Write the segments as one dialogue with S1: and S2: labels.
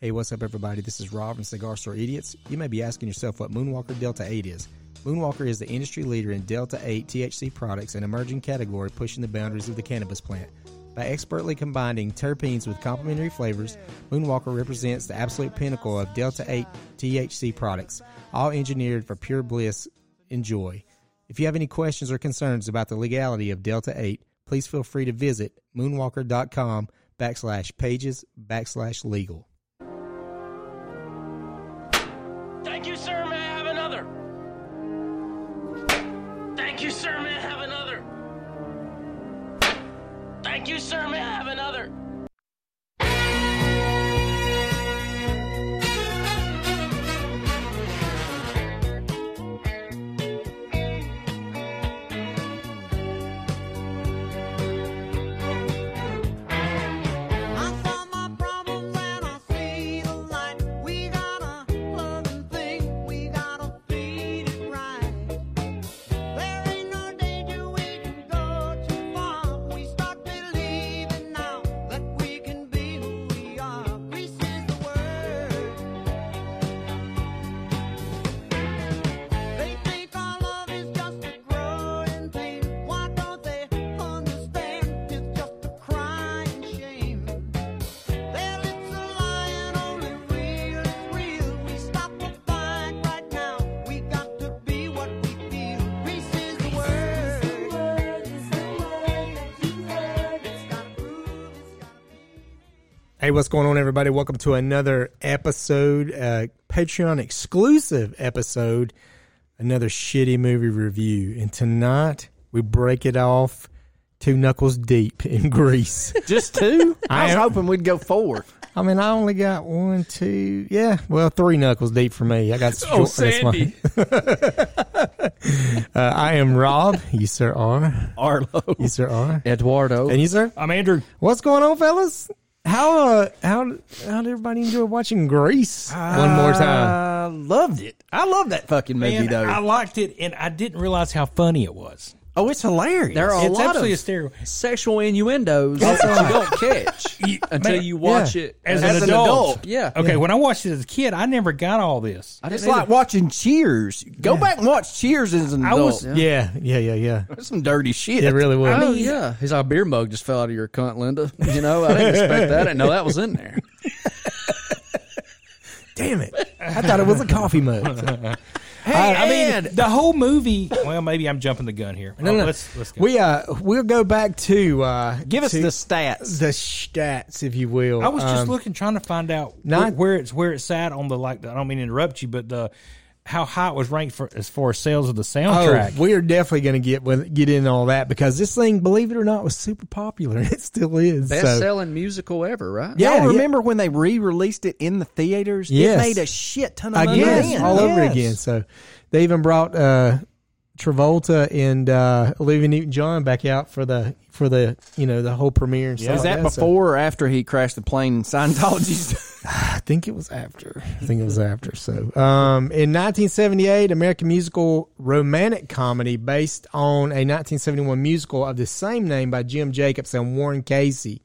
S1: Hey, what's up, everybody? This is Rob from Cigar Store Idiots. You may be asking yourself what Moonwalker Delta 8 is. Moonwalker is the industry leader in Delta 8 THC products, an emerging category pushing the boundaries of the cannabis plant. By expertly combining terpenes with complementary flavors, Moonwalker represents the absolute pinnacle of Delta 8 THC products, all engineered for pure bliss. Enjoy. If you have any questions or concerns about the legality of Delta 8, please feel free to visit moonwalker.com backslash pages backslash legal.
S2: Thank you, sir. May I have another? Thank you, sir. May I have another? Thank you, sir. May I have another?
S3: I solve my problems and I see the light. We got a loving thing, we gotta feed it right. There ain't no danger we can go too far. We start believing now that we can be who we are. Grease is the word. They think our love is just a growing pain. Why don't they understand? It's just a crying shame. Their lips are lying, only real is real. We stop the fight right now. We got to be what we feel. Grease is the word. It's got groove, it's got
S1: Hey, what's going on, everybody? Welcome to another episode, uh, Patreon exclusive episode, another shitty movie review. And tonight we break it off two knuckles deep in Greece.
S4: Just two? I, was
S1: am-
S4: hoping we'd go four.
S1: I mean, I only got one, two, yeah, well, three knuckles deep for me. I got
S5: Oh,
S1: short- that's my-
S5: Sandy.
S1: uh, I am Rob. you sir are.
S4: Arlo.
S1: You sir are.
S4: Eduardo.
S1: And you sir.
S5: I'm Andrew.
S1: What's going on, fellas? How uh, how how did everybody enjoy watching Greece
S5: Uh,
S1: one more time?
S4: I loved it. I love that fucking movie,
S5: And
S4: though.
S5: I liked it, and I didn't realize how funny it was.
S4: oh, it's hilarious. There
S5: it's absolutely hysterical.
S6: sexual innuendos that you don't catch until
S5: man,
S6: you watch
S1: yeah.
S6: it
S5: As, an,
S4: As an
S5: adult.
S4: adult,
S6: yeah.
S5: Okay, when I watched it as a kid, I never got all this. I,
S4: It's like watching Cheers. Go back and watch Cheers as an adult.
S5: was
S1: Yeah, yeah, yeah, yeah.
S4: That's some dirty shit.
S1: It really was.
S6: Oh yeah, his our beer mug just fell out of your cunt, Linda. You know, I didn't expect that. I didn't know that was in there.
S1: Damn it! I thought it was a coffee mug.
S4: Hey,
S5: I
S4: Ed,
S5: mean, the whole movie. Well, maybe I'm jumping the gun here.
S1: No, no, no.
S5: Let's, let's go.
S1: We uh, we'll go back to uh,
S4: give us
S1: to
S4: the stats.
S1: the stats, if you will.
S5: I was just
S1: Um,
S5: looking, trying to find out
S1: not-
S5: wh- where it's where it's at on the like. I don't mean to interrupt you, but the how high it was ranked for as far as sales of the
S1: Oh,
S5: soundtrack.
S1: we are definitely going to get with, get in all that because this thing, believe it or not, was super popular. It still is.
S6: Best
S1: so-
S6: selling musical ever, right?
S1: Yeah,
S4: y'all
S1: yeah.
S4: remember when they re-released it in the theaters?
S1: Yes.
S4: It made a shit ton of money.
S1: again,
S4: then.
S1: all over
S4: Yes.
S1: again. So they even brought uh, Travolta and uh, Olivia Newton-John back out for the for the you know the whole premiere. And stuff
S4: Is
S1: like
S4: that
S1: so
S4: before or after he crashed the plane in Scientology's?
S1: I think it was after. I think it was after. So, um, in 1978, American musical romantic comedy based on a 1971 musical of the same name by Jim Jacobs and Warren Casey.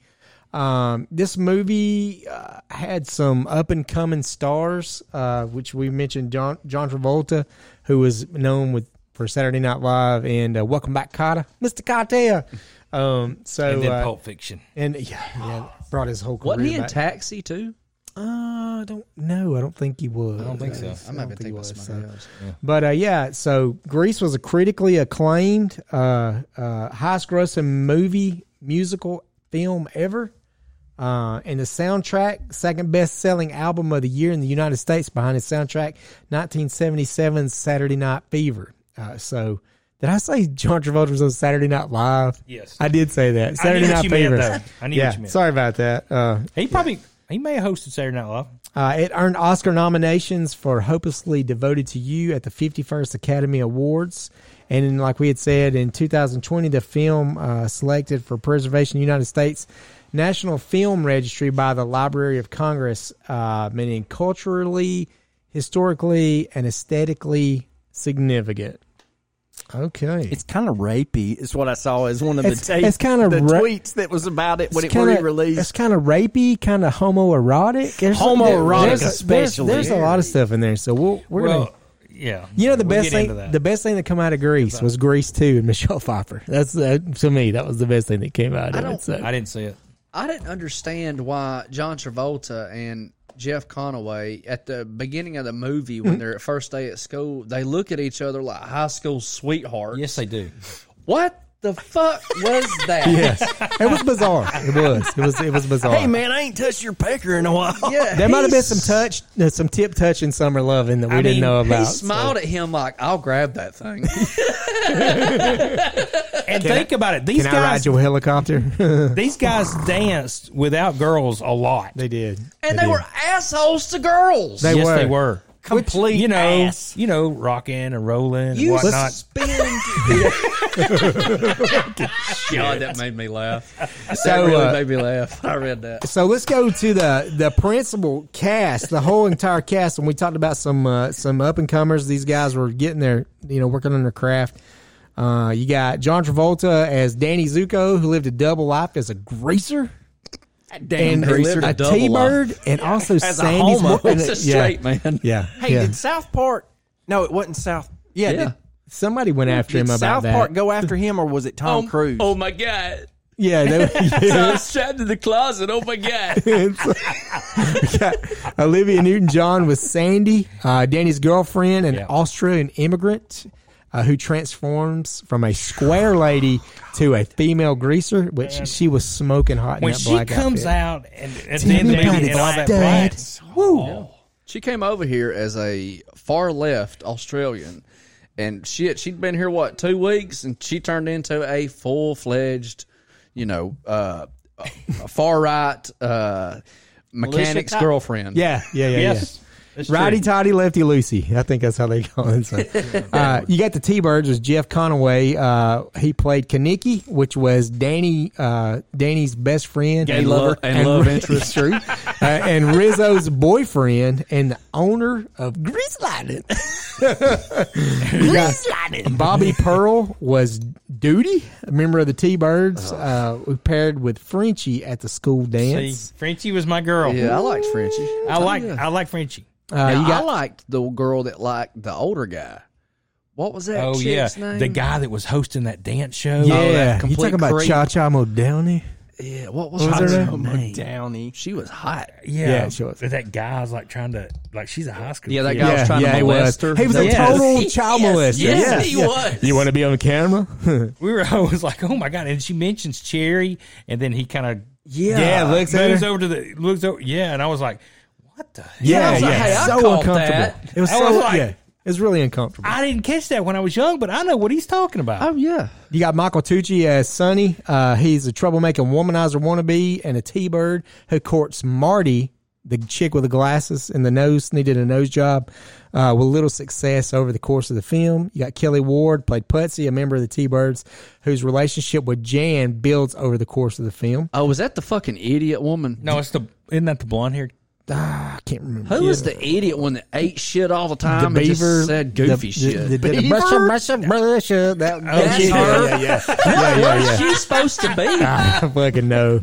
S1: Um, this movie uh, had some up and coming stars, uh, which we mentioned John John Travolta, who was known with for Saturday Night Live and uh, Welcome Back, Cotta, Mr. Cotta. Um, so
S5: and then
S1: uh,
S5: Pulp Fiction.
S1: and yeah, yeah, brought his whole career
S6: Wasn't he in
S1: back.
S6: Taxi too?
S1: Uh, I don't know. I don't think he was. I don't
S5: think so.
S1: I might be thinking was, so. But uh, yeah, so Grease was a critically acclaimed, uh, uh, highest-grossing movie musical film ever, uh, and the soundtrack, second best-selling album of the year in the United States, behind his soundtrack, 1977's Saturday Night Fever. Uh, so. Did I say John Travolta was on Saturday Night Live?
S5: Yes.
S1: I did say that. Saturday
S5: what
S1: Night
S5: you meant,
S1: Fever.
S5: though. I knew what
S1: yeah,
S5: you meant.
S1: Sorry about that. Uh,
S5: He probably he may have hosted Saturday Night Live.
S1: uh, it earned Oscar nominations for Hopelessly Devoted to You at the 51st Academy Awards. And in, like we had said, in 2020, the film uh, selected for preservation in the United States National Film Registry by the Library of Congress, uh, meaning culturally, historically, and aesthetically significant. Okay.
S4: It's kind of rapey. Is what I saw as one of the
S1: It's-
S4: tapes-
S1: it's kinda
S4: the
S1: ra-
S4: tweets that was about it when
S1: It's
S4: it
S1: kinda- It's
S4: re-released.
S1: kind of rapey, kind of homoerotic. There's-
S4: Homoerotic
S1: there's- there's-
S4: especially.
S1: There's, a lot of stuff in there, so we'll, we're gonna.
S5: Well, yeah.
S1: You know the
S5: We'll
S1: best
S5: get into
S1: thing.
S5: that.
S1: The best thing that come out of Greece was Greece Two and Michelle Pfeiffer. That's uh, to me that was the best thing that came out of it.
S6: don't-
S1: So.
S5: I didn't see it.
S6: I didn't understand why John Travolta and Jeff Conaway at the beginning of the movie
S1: Mm-hmm.
S6: when they're at first day at school, they look at each other like high school sweethearts.
S5: Yes, they do.
S6: What the fuck was that?
S1: yes, it was bizarre. It was. It was. It was bizarre.
S4: Hey man, I ain't touched your pecker in a while.
S6: Yeah,
S1: there might have been
S6: he's-
S1: some touch, uh, some tip touch in summer loving that we
S5: I
S1: didn't
S5: mean,
S1: know
S6: He
S1: about.
S6: smiled at him like, "I'll grab that thing."
S5: And think about it. These
S1: Can I ride
S5: guys,
S1: your helicopter?
S5: these guys danced without girls a lot.
S1: they did,
S6: and they
S1: did.
S6: were assholes to girls.
S1: They
S5: yes,
S1: were.
S5: they were.
S4: Complete
S5: you know,
S4: ass.
S5: you know, rocking and rolling and
S6: you
S5: whatnot.
S6: spend. God, that made me laugh. That
S1: So,
S6: really
S1: uh,
S6: made me laugh. I read that.
S1: So let's go to the the principal cast, the whole entire cast. And we talked about some uh, some up and comers. These guys were getting their you know working on their craft. Uh, you got John Travolta as Danny Zuko, who lived a double life as a greaser. and
S6: greaser.
S1: a
S6: Lived a double life.
S1: T-bird, and also
S4: a
S1: Sandy's
S4: homo.
S1: working
S6: It's
S1: at-
S6: a straight man.
S1: Yeah,
S4: Hey,
S1: yeah.
S4: did South Park? No, it wasn't South. Yeah,
S6: Yeah.
S4: Did,
S1: somebody went after
S4: did
S1: him about
S4: South
S1: that.
S4: Park go after him or was it Tom Cruise?
S6: Oh my god.
S1: yeah, they,
S6: I was trapped in the closet. Oh my god.
S1: Yeah. Olivia Newton John was Sandy, uh, Danny's girlfriend, an
S5: Yeah.
S1: Australian immigrant uh, who transforms from a square lady to a female greaser, which she was smoking hot in
S5: when
S1: that
S5: she
S1: black
S5: comes
S1: outfit.
S5: out and at the end of the
S1: Tell me
S5: movie and all
S1: about
S5: that
S1: it, Dad.
S5: blacks,
S6: She came over here as a far left Australian, and shit, she'd been here what two weeks, and she turned into a full fledged, you know, uh, far right uh, mechanic's
S5: type?
S6: girlfriend.
S1: Yeah, yeah, yeah,
S5: yes,
S1: yeah. Righty toddy, lefty loosey. I think that's how they call it. So, uh, you got the T Birds was Jeff Conaway. Uh, he played Kaniki, which was Danny uh, Danny's best friend
S6: And lover and, love interest.
S1: true. Uh, and Rizzo's boyfriend and the owner of Grease Lightning. Grease Lightning. Bobby Pearl was Duty, a member of the T
S6: Oh.
S1: Birds, uh, who paired with Frenchie at the school
S5: See,
S1: dance.
S5: Frenchie was my girl.
S6: Yeah, I liked Frenchie.
S5: I like I like Frenchie.
S1: Uh,
S6: Now,
S1: you
S6: I
S1: got
S6: liked the girl that liked the older guy. What was that?
S5: Oh yeah,
S6: chick's name?
S5: the guy that was hosting that dance show. Oh,
S1: yeah. you
S6: complete
S1: talking about
S6: creep.
S1: Cha Cha Downey?
S6: Yeah, what was,
S1: was
S6: her
S1: her
S6: name?
S4: Tom Downey.
S6: She was hot.
S5: yeah,
S1: Yeah, she was.
S5: That guy's like trying to like she's a high school.
S6: Yeah, that
S5: kid.
S6: guy was trying to
S1: he
S6: molest
S1: was.
S6: her.
S1: He was
S5: Yes.
S1: a total child
S6: Yes,
S1: molester.
S6: yes,
S1: Yeah,
S6: he
S1: yeah.
S6: was.
S1: You want to be on camera?
S5: We were always like, oh my god! And she mentions Cherry, and then he kind of
S6: Yeah.
S1: Yeah, looks at
S5: moves
S1: her.
S5: Ah, over to the looks over. Yeah, and I was like, what the? hell?
S1: Yeah,
S6: I was like,
S1: yeah.
S6: hey, I
S1: so
S6: caught
S1: uncomfortable.
S6: that.
S1: It was
S5: I
S1: so
S5: was like-
S1: yeah. It was really uncomfortable.
S5: I didn't catch that when I was young, but I know what he's talking about.
S6: Oh yeah.
S1: You got Michael Tucci as Sonny. Uh, he's a troublemaking womanizer wannabe and a T Bird who courts Marty, the chick with the glasses and the nose, needed a nose job uh, with little success over the course of the film. You got Kelly Ward, played Putsy, a member of the T Birds, whose relationship with Jan builds over the course of the film.
S6: Oh, was that the fucking idiot woman?
S5: no, it's the isn't that the blonde haired?
S1: Ah, I can't remember.
S6: Who was the idiot one that ate shit all the time and just said
S1: the,
S6: goofy shit?
S1: The, the, the,
S6: Beaver?
S1: Russia, Russia, Russia. That,
S6: That's
S1: Oh, yeah,
S6: her?
S1: yeah, yeah, yeah, yeah, yeah.
S6: She's supposed to be.
S1: I fucking know.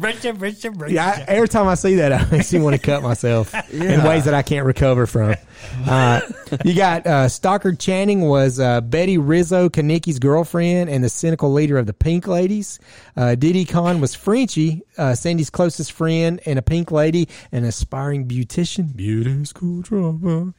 S1: Yeah, I, every time I see that, I makes me want to cut myself in ways that I can't recover from. Uh, you got uh, Stockard Channing was uh, Betty Rizzo Kanicki's girlfriend and the cynical leader of the Pink Ladies. Uh, Diddy Khan was Frenchie, uh, Sandy's closest friend, and a Pink Lady, an aspiring beautician. Beauty school drama.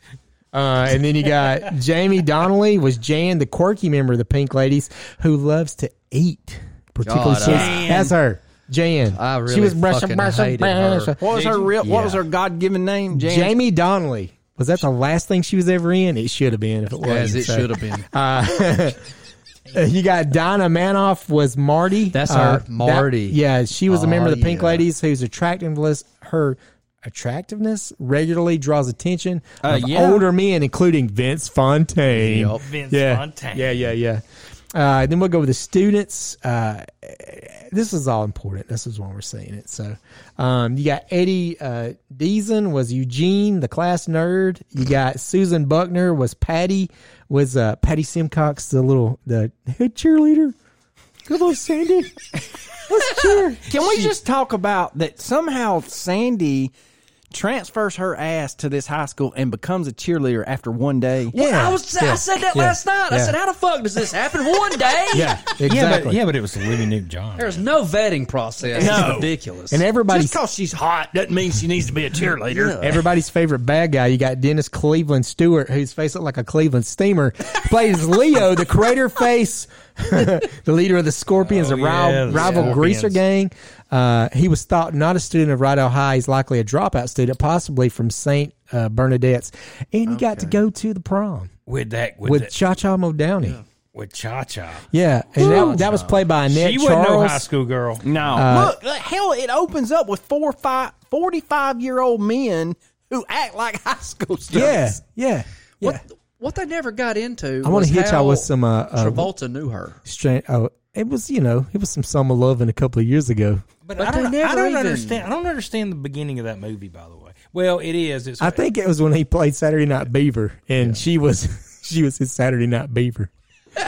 S1: Uh, and then you got Jamie Donnelly was Jan, the quirky member of the Pink Ladies, who loves to eat. Particularly,
S6: God,
S1: she's-
S6: I-
S1: that's her. Jan.
S6: I really
S1: she was brushing,
S6: fucking
S1: brushing,
S6: hated her.
S1: brushing.
S4: What was her real?
S1: Yeah.
S4: What was her God given name? Jan-
S1: Jamie Donnelly. Was that the last thing she was ever in? It should have been if it was.
S6: As it should have been.
S1: You got Donna Manoff was Marty. Uh,
S6: That's her,
S1: that-
S6: Marty.
S1: yeah, she was a member
S6: Oh,
S1: of the Pink
S6: yeah.
S1: Ladies whose attractiveness her attractiveness regularly draws attention
S4: Uh,
S1: of
S4: yeah.
S1: older men, including Vince Fontaine.
S6: Yup.
S5: Vince
S1: yeah.
S5: Fontaine.
S1: Yeah, yeah, yeah. Uh, then we'll go with the students. Uh, this is all important. This is when we're seeing it. So, um, you got Eddie uh, Deason was Eugene, the class nerd. You got Susan Buckner was Patty, was uh, Patty Simcox, the little the head cheerleader. Good on, Sandy. Let's cheer.
S4: Can we just talk about that somehow Sandy transfers her ass to this high school and becomes a cheerleader after one day?
S1: Yeah,
S6: I was.
S1: yeah,
S6: I said that
S1: yeah,
S6: last night. I
S1: yeah.
S6: said, "How the fuck does this happen one day?"
S1: Yeah, exactly.
S5: Yeah, but, yeah, but it was Olivia Newton John.
S6: There's no vetting process.
S4: No.
S6: It's ridiculous.
S1: And everybody's
S4: Just because she's hot doesn't mean she needs to be a cheerleader.
S1: everybody's favorite bad guy. You got Dennis Cleveland Stewart, whose face looked like a Cleveland steamer, plays Leo, the crater face, the leader of the Scorpions,
S5: Oh,
S1: the rival,
S5: yeah, the
S1: rival
S5: Scorpions.
S1: greaser gang. Uh, he was thought not a student of Rideau High. He's likely a dropout student, possibly from St. Uh, Bernadette's. And he got to go to the prom
S5: with that with
S1: with
S5: that-
S1: Cha Cha Muldowney.
S5: with Cha Cha.
S1: Yeah, and that, that was played by Annette
S5: She wasn't
S1: Charles.
S5: no high school girl.
S4: No. Look, uh, hell, it opens up with four, five, 45 year old men who act like high school
S1: Yeah,
S4: students.
S1: yeah, yeah.
S6: what, what they never got into.
S1: I wanna
S6: was
S1: hit y'all
S6: how
S1: with some, uh, uh,
S6: Travolta knew her.
S1: Stra- oh, it was you know it was some summer loving a couple of years ago.
S5: But,
S6: But
S5: I don't,
S6: they
S5: I
S6: never
S5: don't
S6: even-
S5: understand. I don't understand the beginning of that movie. By the way, well, it is. It's
S1: I think it was when he played Saturday Night Beaver, and she was she was his Saturday Night Beaver,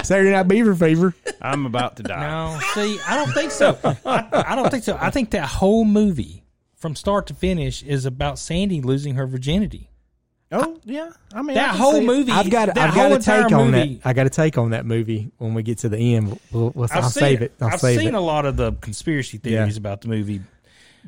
S1: Saturday Night Beaver fever.
S7: I'm about to die.
S5: No, see, I don't think so. I, I don't think so. I think that whole movie, from start to finish, is about Sandy losing her virginity.
S4: Oh, yeah. I mean, I
S5: That
S4: can
S5: whole
S4: see it.
S5: movie.
S1: I've got
S5: that
S1: I've got
S5: whole
S1: a take
S5: entire
S1: on
S5: movie,
S1: that. I got a take on that movie when we get to the end. We'll, we'll, I'll
S5: seen,
S1: save it. I'll
S5: have
S1: save
S5: seen
S1: it.
S5: a lot of the conspiracy theories about the movie.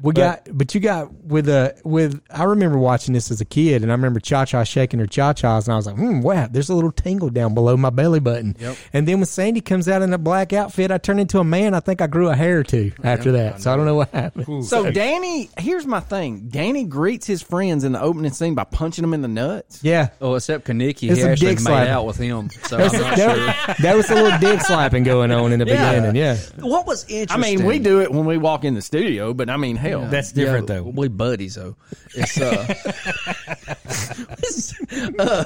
S1: We got, but you got with a with. I remember watching this as a kid, and I remember Cha Cha shaking her cha chas, and I was like, "Hmm, wow, there's a little tingle down below my belly button." And then when Sandy comes out in a black outfit, I turn into a man. I think I grew a hair or two after that, so I don't know what happened.
S4: So Danny, here's my thing. Danny greets his friends in the opening scene by punching them in the nuts.
S1: Yeah,
S6: Oh, except Kaneki,
S1: It's
S6: he
S1: a
S6: actually
S1: dick
S6: made
S1: slap.
S6: out with him. So I'm not sure.
S1: there, there was a little dick slapping going on in the beginning. Yeah,
S6: What was interesting?
S4: I mean, we do it when we walk in the studio, but I mean, hell,
S5: That's different
S6: Yeah,
S5: though.
S6: We buddies though. It's uh, uh,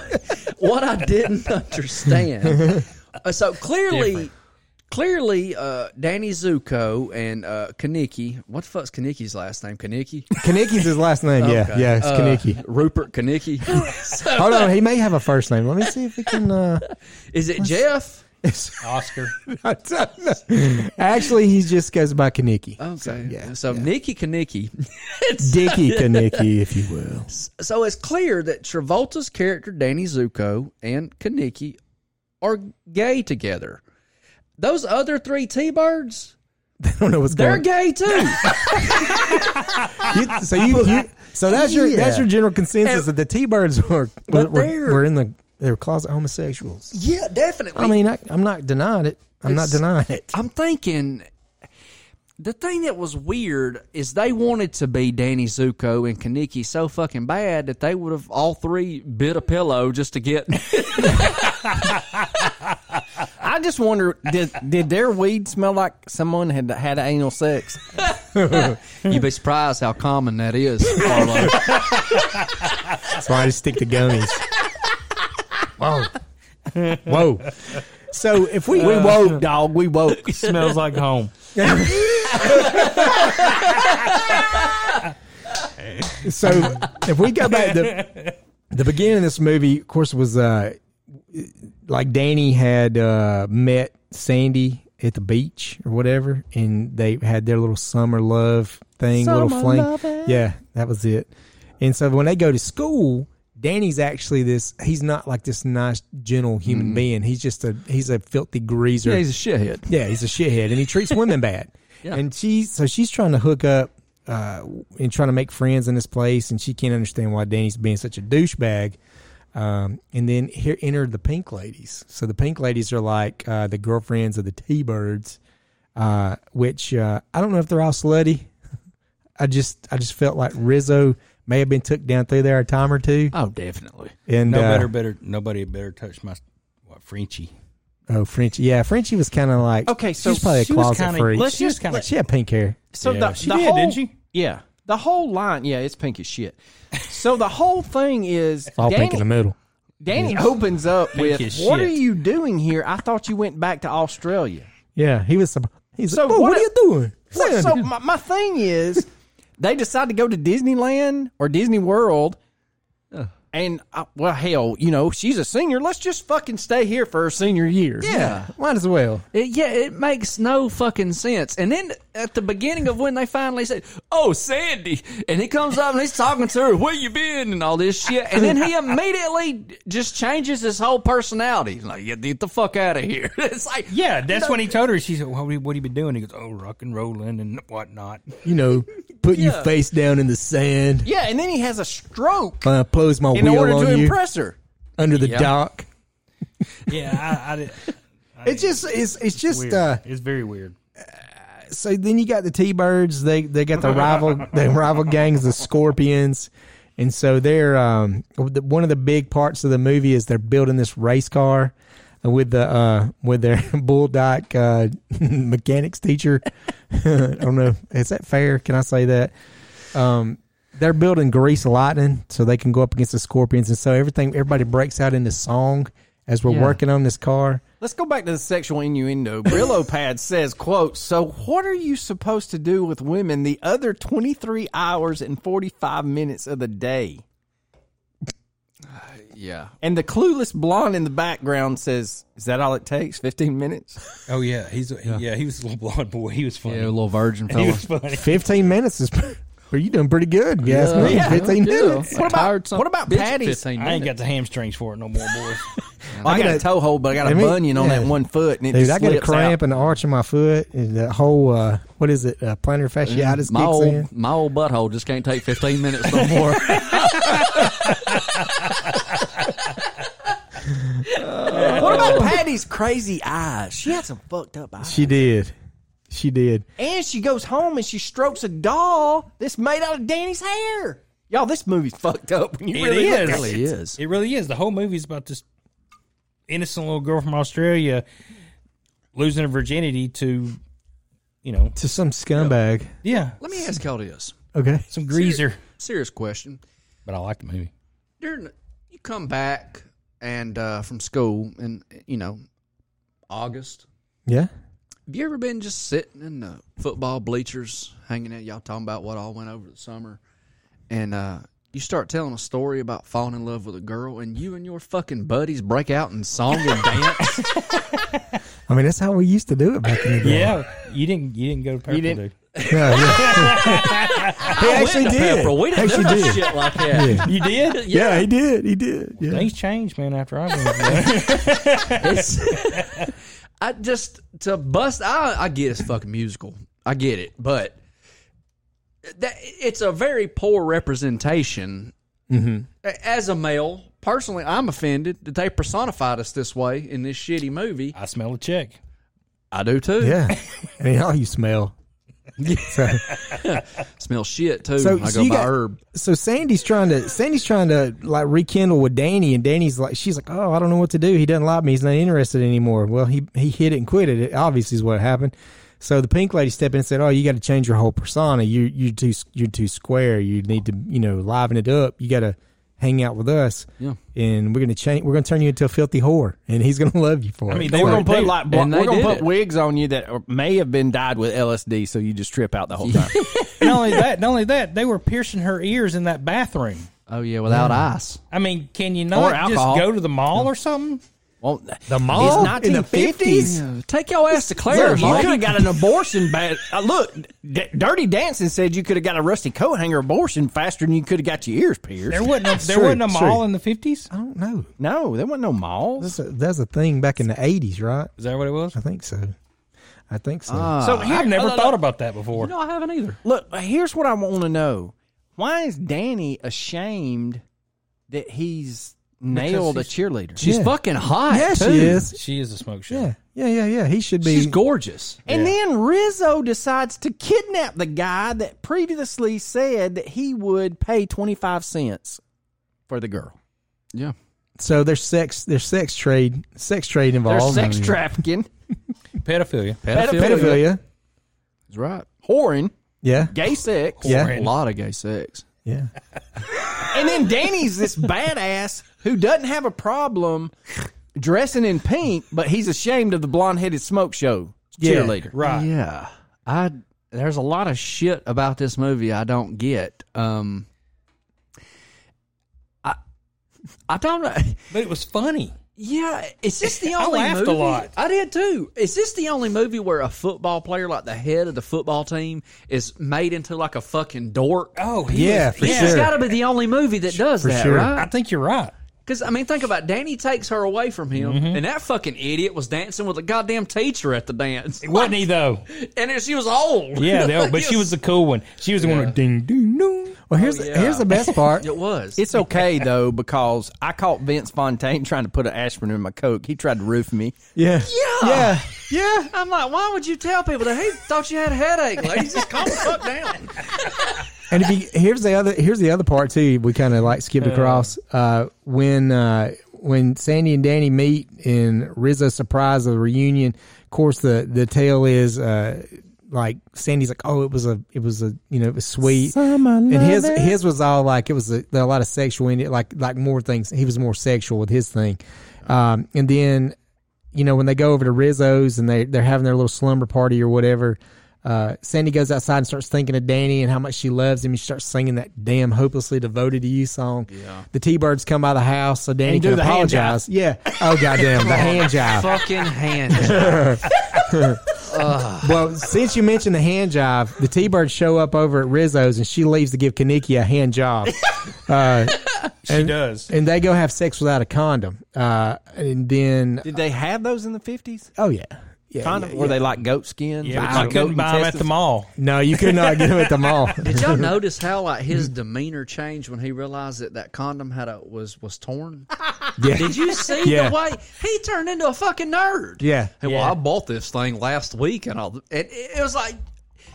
S6: what I didn't understand. Uh, so clearly, clearly, uh, Danny Zuko and uh, Kaneki. What the fuck's Kaneki's last name? Kaneki.
S1: Kaniki's his last name. Yeah,
S6: Okay.
S1: yeah, it's
S6: Uh,
S1: Kaniki.
S6: Rupert Kaneki. So,
S1: Hold on, he may have a first name. Let me see if we can. Uh,
S6: is it Jeff?
S5: Oscar.
S1: I don't know. Actually, he just goes by Kaniki.
S6: Okay.
S1: yeah,
S6: so Nikki Kaneki.
S1: Dicky Kaniki, if you will.
S6: so it's clear that Travolta's character Danny Zuko and Kaneki are gay together. Those other three T-birds,
S1: I don't know what's
S6: they're
S1: going.
S6: gay too.
S1: You- so you, you so that's your that's
S6: Yeah.
S1: your general consensus that the T birds were, were,
S6: But
S1: were
S6: they're-
S1: were in the they were closet homosexuals.
S6: yeah, definitely.
S1: I mean, I, I'm not denying it. I'm not
S6: It's-
S1: denying it.
S6: I'm thinking the thing that was weird is they wanted to be Danny Zuko and Kaneki so fucking bad that they would have all three bit a pillow just to get.
S4: I just wonder did did their weed smell like someone had had anal sex?
S6: You'd be surprised how common that is. Carlo.
S1: That's why I just stick to gummies. Whoa, whoa. So if we,
S4: We woke, dog. We woke.
S5: Smells like home.
S1: so if we go back the the beginning of this movie, of course, was uh like Danny had uh met Sandy at the beach or whatever, and they had their little summer love thing, little
S4: Summer
S1: fling.
S4: lovin'.
S1: Yeah, that was it. And so when they go to school, Danny's actually this. He's not like this nice, gentle human being. He's just a he's a filthy greaser.
S6: a shithead.
S1: Yeah, he's a shithead, and he treats women bad. And she, so she's trying to hook up uh, and trying to make friends in this place, and she can't understand why Danny's being such a douchebag. Um, and then here enter the Pink Ladies. So the Pink Ladies are like uh, the girlfriends of the T Birds, uh, which uh, I don't know if they're all slutty. I just, I just felt like Rizzo may have been took down through there a time or two.
S6: Oh, definitely.
S1: And
S5: No
S1: uh,
S5: better, better. Nobody better touch my what Frenchie.
S1: oh, Frenchie, yeah, Frenchie was kind of like
S4: Okay, so
S1: she's probably a
S5: she was
S1: closet
S5: kinda-
S1: freak.
S5: let's
S1: She was
S5: just- let-
S1: she had pink hair.
S4: So
S5: Yeah,
S4: the,
S5: she
S4: the
S5: did,
S4: whole,
S5: didn't she?
S4: Yeah, the whole line. Yeah, it's pink as shit. So the whole thing is
S1: All pink in
S4: Danny,
S1: the middle.
S4: Danny opens up with,
S5: as
S4: "What are
S5: shit."
S4: you doing here? I thought you went back to Australia."
S1: Yeah, he was. some- He's
S4: So
S1: like, "Oh, what,
S4: what
S1: are
S4: a-
S1: you doing?
S4: What,
S1: Man,
S4: so my, my thing is, they decide to go to Disneyland or Disney World, And I, well, hell, you know, she's a senior. Let's just fucking stay here for her senior year.
S6: Yeah.
S1: Might as well.
S6: It, yeah, it makes no fucking sense. And then at the beginning of when they finally said, "Oh, Sandy," and he comes up and he's talking to her, "Where you been?" and all this shit, and then he immediately just changes his whole personality. He's Like, yeah, get the fuck out of here. It's like,
S5: Yeah, that's when he told her. She said, well, "What have you- what have you been doing?" He goes, "Oh, rock and rolling and whatnot."
S1: You know, put your face down in the sand.
S4: Yeah, and then he has a stroke
S1: Uh, close my
S4: in
S1: wheel
S4: order
S1: on
S4: to
S1: you
S4: impress her.
S1: under the
S6: Yeah.
S1: dock.
S5: Yeah, I, I did.
S1: It's just it's it's just
S5: Weird.
S1: uh,
S5: it's very weird.
S1: so then you got the T-Birds. They they got the rival the rival gangs, the Scorpions, and so they're um the- one of the big parts of the movie is they're building this race car with the uh with their bull dyke uh, mechanics teacher. I don't know. Is that fair? Can I say that? Um. They're building Grease Lightning so they can go up against the Scorpions, and so everything everybody breaks out into song as we're working on this car.
S4: Let's go back to the sexual innuendo. Brillo Pad says, quote, So what are you supposed to do with women the other 23 hours and 45 minutes of the day?
S6: yeah,
S4: And the clueless blonde in the background says, Is that all it takes? 15 minutes?
S5: Oh yeah, he's a, yeah. he was a little blonde boy. He was funny.
S6: little virgin
S5: he was funny.
S1: Fifteen minutes is. Are you doing pretty good? if You ask me. Fifteen minutes.
S4: What about- what about Patty's?
S5: I ain't got the hamstrings for it no more, boys.
S4: Well, I, got a toe hold, but I got a
S1: Let me-
S4: bunion on
S1: yeah.
S4: that one foot. And it
S1: Dude,
S4: just
S1: I got a
S4: slips
S1: cramp
S4: out.
S1: in the arch of my foot, and that whole uh, what is it, uh, plantar fasciitis
S6: Mm, my
S1: kicks in.
S6: old my old butthole just can't take fifteen minutes no more.
S4: What about Patty's crazy eyes? She had some fucked up eyes.
S1: She did, she did.
S4: And she goes home and she strokes a doll that's made out of Danny's hair. Y'all, this movie's fucked up. When you
S5: It
S4: really look
S5: is.
S4: at
S5: Really
S6: is.
S5: It really is. The whole movie's about this innocent little girl from Australia losing her virginity to, you know,
S1: To some scumbag.
S5: yeah,
S6: Let me ask y'all this
S1: Okay,
S5: some greaser.
S6: serious question.
S5: But I like the movie.
S6: during you come back and uh, from school and you know August.
S1: yeah.
S6: Have you ever been just sitting in the football bleachers, hanging out? Y'all talking about what all went over the summer, and uh, you start telling a story about falling in love with a girl, and you and your fucking buddies break out in song and dance.
S1: I mean, that's how we used to do it back in the day.
S5: Yeah, you didn't. You didn't go to purple,
S4: didn't-
S5: dude.
S1: Yeah, yeah. he actually did. actually did.
S6: like that.
S5: You did.
S1: Yeah. he did. He did. Yeah.
S5: Things changed, man. After I went,
S6: It's- I just to bust. I I get it's fucking musical. I get it, but that it's a very poor representation. Mm-hmm. As a male, personally, I'm offended that they personified us this way in this shitty movie.
S5: I smell a check.
S6: I do too.
S1: Yeah, and all you smell. So,
S6: smell shit too.
S1: so,
S6: I
S1: so
S6: go
S1: you
S6: by
S1: got-
S6: herb.
S1: so Sandy's trying to Sandy's trying to like rekindle with Danny, and Danny's like she's like, oh, I don't know what to do. He doesn't like me. He's not interested anymore. Well, he he hit it and quit it. it obviously, is what happened. So the pink lady stepped in and said, "Oh, you got to change your whole persona. You you too you're too square. You need to you know liven it up. You got to hang out with us.
S6: Yeah.
S1: and we're gonna change. We're gonna turn you into a filthy whore, and he's gonna love you for it.
S5: I mean,
S1: It's
S5: they
S4: We're
S5: were-
S1: like,
S4: gonna put
S5: They-
S4: like
S6: and
S4: we're
S6: they
S4: gonna
S6: did
S4: put
S6: it.
S4: wigs on you that are- may have been dyed with LSD, so you just trip out the whole time.
S5: Not only that, not only that, they were piercing her ears in that bathroom.
S6: Oh yeah, without ice.
S5: I mean, can you not just
S4: alcohol.
S5: go to the mall or something?
S4: well, the
S1: mall?
S4: it's
S1: In the
S4: 1950s.
S6: Take your ass to
S4: Claire,
S6: Claire's.
S4: you
S6: Mike.
S4: could have got an abortion. Ba- uh, look, D- Dirty Dancing said you could have got a rusty coat hanger abortion faster than you could have got your ears
S5: There
S4: pierced.
S5: wasn't. A, there
S1: true,
S5: wasn't a
S1: it's
S5: mall
S1: true.
S5: in the fifties.
S1: I don't know.
S4: No, there wasn't no malls.
S1: That's a, that's a thing back in the eighties, right?
S5: Is that what it was? Uh,
S1: I think so. I think so.
S5: So here, I've never
S6: no,
S5: thought
S6: no.
S5: about that before.
S6: No, I haven't either.
S4: Look, here's what I want to know: Why is Danny ashamed that he's nailed a cheerleader?
S6: She's
S1: Yeah.
S6: fucking hot.
S1: yeah,
S6: too.
S1: she is.
S5: She is a smoke show.
S1: Yeah, yeah, yeah, yeah. He should be.
S6: She's gorgeous.
S4: And then Rizzo decides to kidnap the guy that previously said that he would pay 25 cents for the girl.
S6: Yeah.
S1: so there's sex, there's sex trade, sex trade
S4: There's
S1: involved.
S4: sex
S1: I mean,
S4: trafficking,
S5: Pedophilia.
S1: pedophilia.
S6: That's right.
S4: whoring,
S1: Yeah,
S4: gay sex.
S1: yeah,
S6: A lot of gay sex.
S1: yeah.
S4: And then Danny's this badass who doesn't have a problem dressing in pink, but he's ashamed of the blonde headed smoke show
S1: Yeah.
S4: cheerleader.
S5: Right.
S6: Yeah. I there's a lot of shit about this movie I don't get. Um I I don't know.
S5: But it was funny.
S6: Yeah, is this the
S5: I
S6: only
S5: laughed a
S6: movie?
S5: lot.
S6: I did too. Is this the only movie where a football player, like the head of the football team, is made into like a fucking dork?
S5: Oh,
S1: Yeah, for
S6: Yeah, it's
S1: sure.
S6: got to be the only movie that does that,
S1: sure.
S5: I
S6: right?
S5: think you're right.
S6: Because I mean, think about it. Danny takes her away from him,
S5: Mm-hmm.
S6: and that fucking idiot was dancing with a goddamn teacher at the dance,
S5: Wasn't he though?
S6: and then she was old.
S5: Yeah, though, but she was the cool one. She was the one who ding ding ding.
S1: Well, here's the, here's the best part.
S6: It was.
S4: It's okay though because I caught Vince Fontaine trying to put an aspirin in my coke. He tried to roof me.
S1: Yeah.
S6: Yeah.
S1: Yeah. Yeah.
S6: I'm like, why would you tell people that? He thought you had a headache. Ladies, just calm the fuck down.
S1: And if you, here's the other here's the other part too. We kind of like skipped across uh, when uh, when Sandy and Danny meet in Rizzo surprise of the reunion. Of course, the the tale is uh, like Sandy's like, oh, it was a it was a you know it was sweet.
S4: Summer
S1: and his
S4: loving.
S1: his was all like it was a, there were a lot of sexual in it, like like more things. He was more sexual with his thing. Um, and then you know, when they go over to Rizzo's and they they're having their little slumber party or whatever, uh, Sandy goes outside and starts thinking of Danny and how much she loves him. And she starts singing that damn "Hopelessly Devoted to You" song. Yeah. The T-Birds come by the house, so Danny
S4: And do
S1: can
S4: the hand
S1: apologize. Yeah. Oh goddamn, the hand jive.
S6: Fucking hand.
S1: Well, since you mentioned the hand jive, the T-Birds show up over at Rizzo's and she leaves to give Kaniki a hand job. Uh,
S5: She does.
S1: and they go have sex without a condom. Uh, and then,
S4: Did they have those in the fifties?
S1: oh yeah, yeah,
S4: Kind of.
S1: yeah,
S4: Were
S1: yeah.
S4: they like goat skin?
S5: Yeah,
S4: Like
S5: but you
S4: goat
S5: couldn't buy them at the
S4: intestines?
S5: mall.
S1: No, you could not get them at the mall.
S6: Did y'all notice how like his demeanor changed when he realized that that condom had a was was torn?
S1: Yeah.
S6: Did you see
S1: Yeah.
S6: the way he turned into a fucking nerd?
S1: Yeah.
S6: Hey,
S5: Yeah.
S6: Well, I bought this thing last week, and all. th- And it, it was like.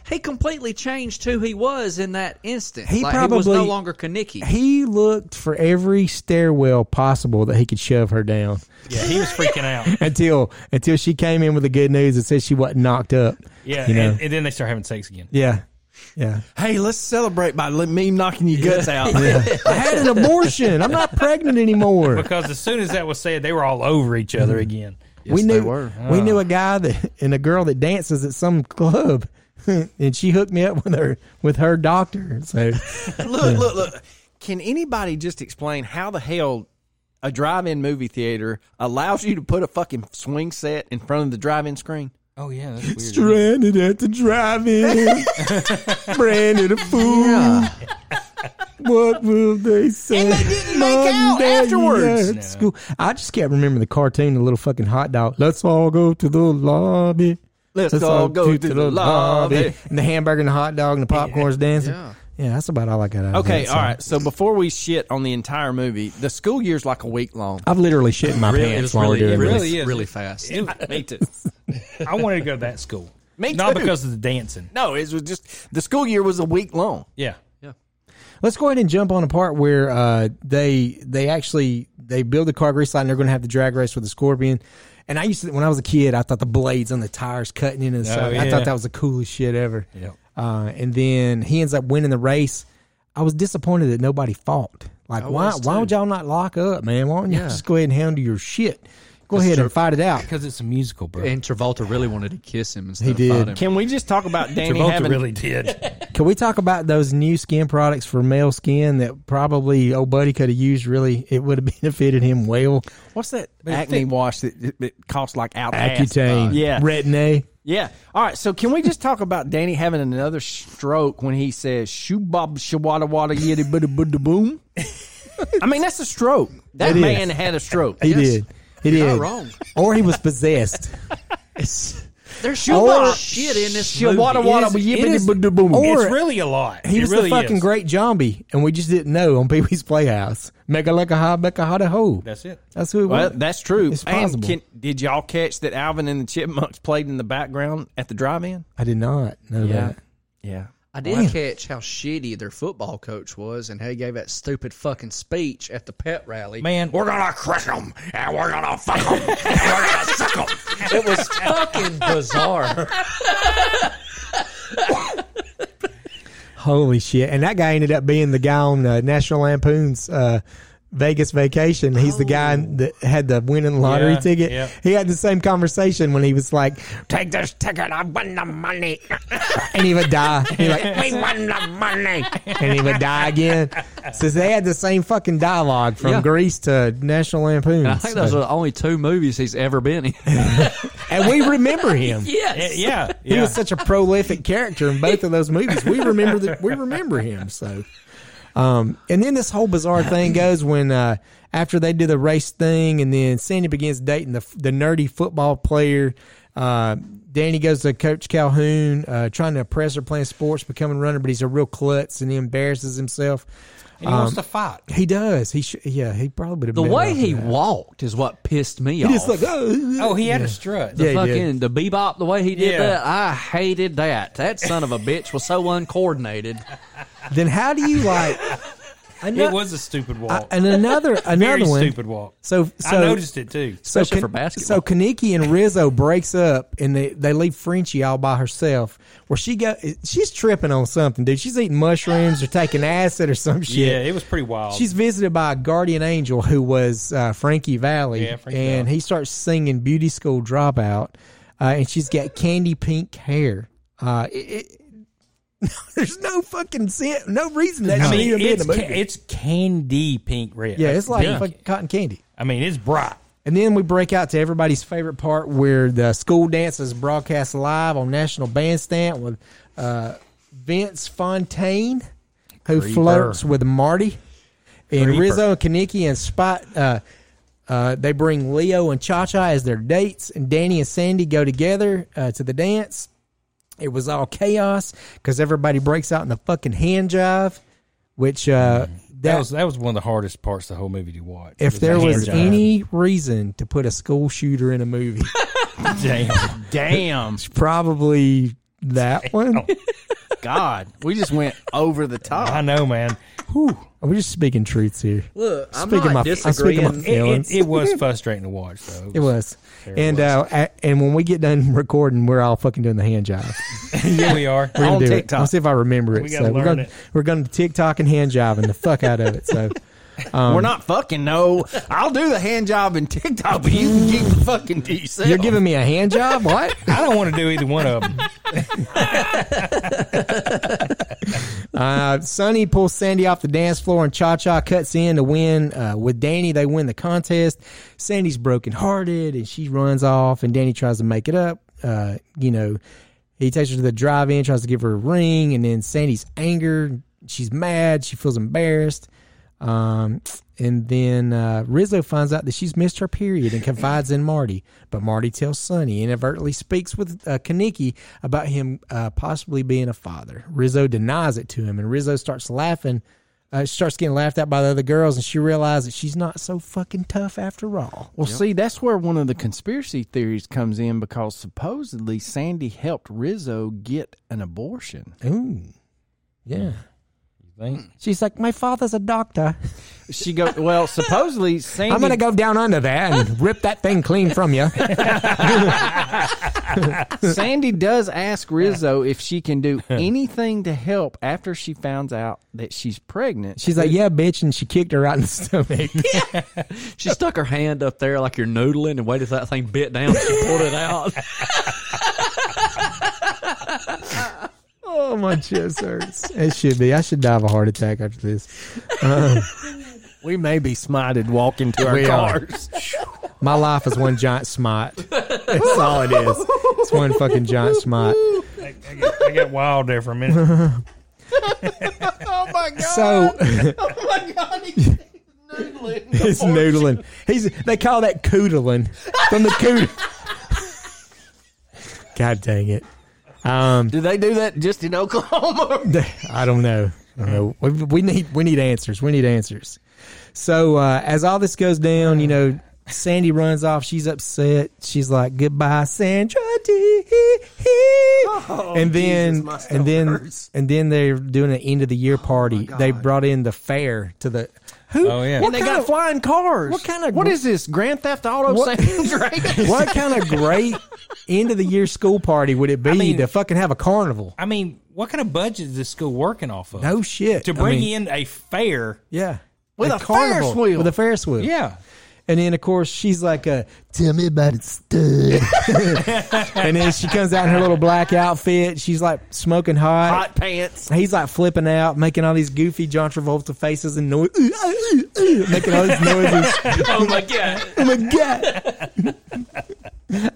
S6: He completely changed who he was in that instant.
S1: He
S6: like, he was no
S1: probably-
S6: longer Kaniki.
S1: he looked for every stairwell possible that he could shove her down
S5: Yeah, he was freaking out.
S1: until until she came in with the good news and said she wasn't knocked up.
S5: Yeah,
S1: You know?
S5: and, and then they start having sex again.
S1: Yeah. Yeah.
S4: Hey, let's celebrate by li- me knocking your guts out.
S1: I had an abortion. I'm not pregnant anymore.
S5: Because as soon as that was said, they were all over each other again.
S1: we knew
S6: they were.
S1: we
S4: Ah.
S1: knew a guy that and a girl that dances at some club. And she hooked me up with her with her doctor. So
S4: look, look, look. Can anybody just explain how the hell a drive-in movie theater allows you to put a fucking swing set in front of the drive-in screen?
S5: Oh yeah, that's weird.
S1: stranded at the drive-in, branded a fool. What will they say?
S4: And they didn't make out
S1: Monday
S4: afterwards.
S1: night School. I just can't remember the cartoon, the little fucking hot dog. Let's all go to the lobby.
S4: Let's all go to the lobby.
S1: And the hamburger and the hot dog and the popcorn's dancing. Yeah. that's about all I got out of
S4: Okay,
S1: that, so.
S4: all right. So before we shit on the entire movie, the school year's like a week long.
S1: I've literally shit in my
S6: it
S1: pants
S6: was
S1: while
S6: really,
S1: we're
S6: it
S1: doing
S6: really,
S1: this.
S5: is.
S6: really fast.
S4: Me too.
S5: I wanted to go to that school.
S4: Me
S5: Not
S4: too.
S5: because of the dancing.
S4: No, it was just the school year was a week long.
S5: Yeah.
S1: Let's go ahead and jump on a part where uh, they they actually they build the car grease light and they're going to have the drag race with the scorpion. And I used to when I was a kid, I thought the blades on the tires cutting into the side. I
S5: yeah.
S1: thought that was the coolest shit ever. Uh, and then he ends up winning the race. I was disappointed that nobody fought. Like why why would y'all not lock up, man? Why don't you all just go ahead and handle your shit? Go ahead and fight it out.
S5: Because it's a musical, bro.
S6: And Travolta really wanted to kiss him instead
S1: He
S6: of
S1: did.
S6: fight him.
S4: Can we just talk about Danny
S5: Travolta
S4: having
S5: really did.
S1: Can we talk about those new skin products for male skin that probably old buddy could have used? Really, it would have benefited him well.
S4: what's that acne wash that it, it costs like out ass? Uh,
S1: Accutane,
S4: Yeah,
S1: Retin A.
S4: yeah. All right. So can we just talk about Danny having another stroke when he says "shoo bob shawada wada yiddy biddy biddy boom"? I mean, that's a stroke. That
S1: It is.
S4: man had a stroke.
S1: He did. He
S6: You're
S1: did.
S6: not wrong.
S1: Or he was possessed.
S6: There's so
S1: Or-
S6: much shit in this movie.
S4: Shawada wada
S1: It is-
S4: yiddy
S1: it
S4: biddy
S1: is-
S4: biddy boom.
S1: or-
S5: it's really a lot.
S1: He
S5: It
S1: was
S5: really
S1: the fucking
S5: is.
S1: great zombie, and we just didn't know on Pee Wee's Playhouse. Mega Lecca Ha, Becca Ha, da Ho.
S5: That's it.
S1: That's who it
S4: Well,
S1: was.
S4: that's true.
S1: It's
S4: And
S1: possible.
S4: can- did y'all catch that Alvin and the Chipmunks played in the background at the drive-in?
S1: I did not know that.
S4: yeah.
S6: I did catch how shitty their football coach was and how he gave that stupid fucking speech at the pet rally.
S5: Man.
S6: we're gonna crush them and we're gonna fuck them and we're gonna suck them. It was fucking bizarre.
S1: Holy shit! And that guy ended up being the guy on uh, National Lampoon's uh, Vegas Vacation, he's the guy that had the winning lottery
S5: Yeah,
S1: ticket.
S5: yeah.
S1: He had the same conversation when he was like, "Take this ticket, I won the money," and he would die. He like, "We won the money," and he would die again. Since they had the same fucking dialogue from
S7: Yeah.
S1: Greece to National Lampoon,
S7: I think those are the only two movies he's ever been in.
S1: and we remember him.
S7: yes.
S5: Eh, Yeah,
S1: He
S5: yeah.
S1: was such a prolific character in both of those movies. We remember that we remember him. So, um, and then this whole bizarre thing goes when uh, after they do the race thing, and then Sandy begins dating the the nerdy football player. Uh, Danny goes to Coach Calhoun, uh, trying to impress her playing sports, becoming a runner, but he's a real klutz and he embarrasses himself.
S5: And
S1: Um,
S5: he wants to fight.
S1: He does. He sh- yeah. He probably would have
S7: The
S1: been
S7: way
S1: off
S7: he
S1: that.
S7: walked is what pissed me off.
S1: he just like oh,
S5: Oh, he had a strut.
S1: Yeah, he did.
S7: fucking the bebop the way he did
S5: Yeah.
S7: that. I hated that. That son of a bitch was so uncoordinated. Oh.
S1: then how do you like?
S5: It was a stupid walk.
S1: and another another
S5: Very
S1: one.
S5: stupid walk.
S1: So, so
S5: I noticed it too.
S1: So,
S7: Especially for
S1: Kan-
S7: basketball.
S1: so Kaneki and Rizzo breaks up, and they, they leave Frenchie all by herself. Where she go, she's tripping on something, dude. She's eating mushrooms or taking acid or some shit.
S5: Yeah, it was pretty wild.
S1: She's visited by a guardian angel who was uh, Frankie Valley,
S5: Yeah, Frankie
S1: and
S5: Valli.
S1: he starts singing "Beauty School Dropout," uh, and she's got candy pink hair. Uh, it, it, there's no fucking sense, no reason that
S5: I
S1: should
S5: mean,
S1: even be in
S5: it's,
S1: the
S5: ca-
S1: movie.
S5: it's candy pink red.
S1: yeah, it's like
S5: Pink.
S1: fucking cotton candy.
S5: I mean, it's bright.
S1: And then we break out to everybody's favorite part where the school dance is broadcast live on National Bandstand with uh, Vince Fontaine, who flirts with Marty. And
S5: Creeper.
S1: Rizzo and Kaneki and Spot, uh, uh, they bring Leo and Cha Cha as their dates. And Danny and Sandy go together uh, to the dance. It was all chaos because everybody breaks out in the fucking hand jive, which uh, that,
S5: Mm. That was that was one of the hardest parts of the whole movie to watch.
S1: if there
S5: the
S1: was
S5: hand job.
S1: any reason to put a school shooter in a movie.
S5: damn, damn,
S1: probably that
S5: Oh.
S1: one.
S4: God, we just went over the top.
S5: I know, man.
S1: We're just speaking truths here.
S6: Look, I'm
S1: Speaking my-
S6: not
S1: I'm speaking
S6: disagreeing.
S1: my-
S5: It,
S1: Feelings.
S5: it, it was frustrating to watch, though.
S1: It was, and uh, a- and when we get done recording, we're all fucking doing the hand job.
S5: yeah, we are.
S1: We're gonna
S4: On
S1: do It.
S4: TikTok.
S1: I'll see if I remember it.
S5: We
S1: so
S5: gotta
S1: we're
S5: learn
S1: gonna
S5: it.
S1: we're gonna TikTok and hand jiving the fuck out of it. So
S4: We're not fucking no. I'll do the hand job in TikTok, but you can keep the fucking to yourself.
S1: you're giving me a hand job? What?
S5: I don't want to do either one of them.
S1: Uh, Sonny pulls Sandy off the dance floor, and Cha Cha cuts in to win. Uh, with Danny, they win the contest. Sandy's brokenhearted, and she runs off, and Danny tries to make it up. Uh, you know, he takes her to the drive in, tries to give her a ring, and then Sandy's anger. She's mad. She feels embarrassed. Um, and then uh, Rizzo finds out that she's missed her period and confides in Marty. But Marty tells Sonny, inadvertently speaks with uh, Kaneki about him uh, possibly being a father. Rizzo denies it to him, and Rizzo starts laughing. Uh, she starts getting laughed at by the other girls, and she realizes that she's not so fucking tough after all.
S4: Well, see, that's where one of the conspiracy theories comes in because supposedly Sandy helped Rizzo get an abortion.
S1: Ooh. Yeah.
S5: think?
S1: She's like, my father's a doctor.
S4: She go well, supposedly Sandy.
S1: I'm going to go down under that and rip that thing clean from you.
S4: Sandy does ask Rizzo if she can do anything to help after she finds out that she's pregnant.
S1: She's like, yeah, bitch, and she kicked her out in the stomach.
S7: She stuck her hand up there like you're noodling and waited till that thing bit down. She pulled it out.
S1: Oh, my chest hurts. It should be. I should die of a heart attack after this.
S4: we may be smited walking to our
S1: We are.
S4: cars.
S1: My life is one giant smite. That's all it is. It's one fucking giant smite.
S5: I got, I got wild there for a minute.
S4: Oh
S1: So, Oh, it's noodling. He's they call that coodling from the cood. God dang it! Um,
S4: Do they do that just in Oklahoma?
S1: I don't know. I don't know. We, we need we need answers. We need answers. So uh, as all this goes down, you know, Sandy runs off. She's upset. She's like, "Goodbye, Sandra D." and then
S4: Oh, Jesus, my stomach
S1: and then
S4: hurts. Oh,
S1: and then they're doing an end of the year party. they brought in the fair to the who?
S5: Oh, yeah.
S1: What
S4: And they
S1: kind
S4: got
S1: of-
S4: flying cars.
S1: what kind of-
S4: What is this? Grand Theft Auto
S1: What-
S4: San Andreas?
S1: what kind of great end of the year school party would it be
S5: mean-
S1: to fucking have a carnival?
S5: I mean, what kind of budget is this school working off of?
S1: No shit.
S5: To
S1: I
S5: bring
S1: mean,
S5: in a fair,
S1: yeah.
S4: With a Ferris wheel.
S1: With a Ferris wheel.
S5: Yeah.
S1: And then of course she's like, uh, "Tell me about it, stud." and then she comes out in her little black outfit. She's like smoking hot.
S4: Hot pants.
S1: He's like flipping out, making all these goofy John Travolta faces and noise, making all these noises.
S2: Oh my god.
S1: oh my god!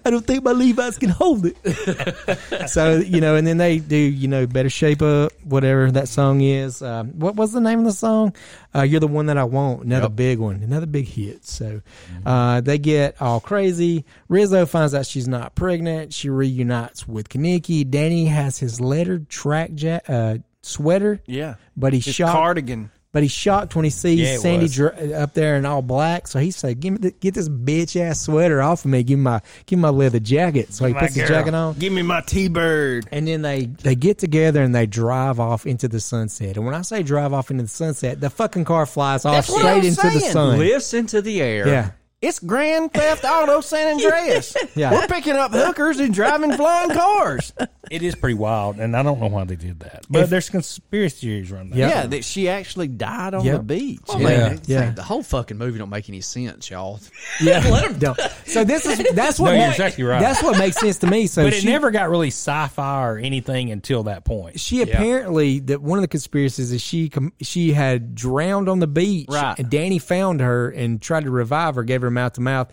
S1: I don't think my Levi's can hold it. so you know, and then they do you know better shape up, whatever that song is. Um, what was the name of the song? Uh, You're the one that I want. Another big one, another big hit. So
S5: Mm-hmm.
S1: uh, they get all crazy. Rizzo finds out she's not pregnant. She reunites with Kaneki. Danny has his lettered track ja- uh, sweater,
S4: Yeah.
S1: but he's
S4: His
S1: shocked.
S4: cardigan.
S1: But he's shocked when he sees
S5: Yeah, it
S1: Sandy
S5: was.
S1: dr- uh, up there in all black. So he said, "Give me, th- get this bitch ass sweater off of me. Give me my, give me my leather jacket." So he
S5: My
S1: puts his
S5: girl.
S1: jacket on,
S4: Give me my T Bird.
S1: and then they they get together and they drive off into the sunset. And when I say drive off into the sunset, the fucking car flies off
S4: That's what
S1: straight
S4: I'm
S1: into the
S4: saying.
S1: sun.
S7: Lifts into the air.
S1: Yeah,
S4: It's Grand Theft Auto San Andreas.
S1: Yeah.
S4: We're picking up hookers and driving flying cars.
S5: It is pretty wild, and I don't know why they did that. But there's conspiracy theories around that.
S1: Yeah.
S4: Yeah, that she actually died on
S1: Yep.
S4: the beach.
S6: I
S5: Yeah.
S6: mean, it's like
S1: Yeah.
S6: the whole fucking movie don't make any sense, y'all.
S1: yeah. Don't. So this is that's what
S5: No, you're
S1: ma-
S5: exactly right.
S1: That's what makes sense to me. So
S5: But it
S1: she-
S5: never got really sci-fi or anything until that point.
S1: she apparently that one of the conspiracies is she com- she had drowned on the beach
S4: Right.
S1: and Danny found her and tried to revive her gave her mouth to mouth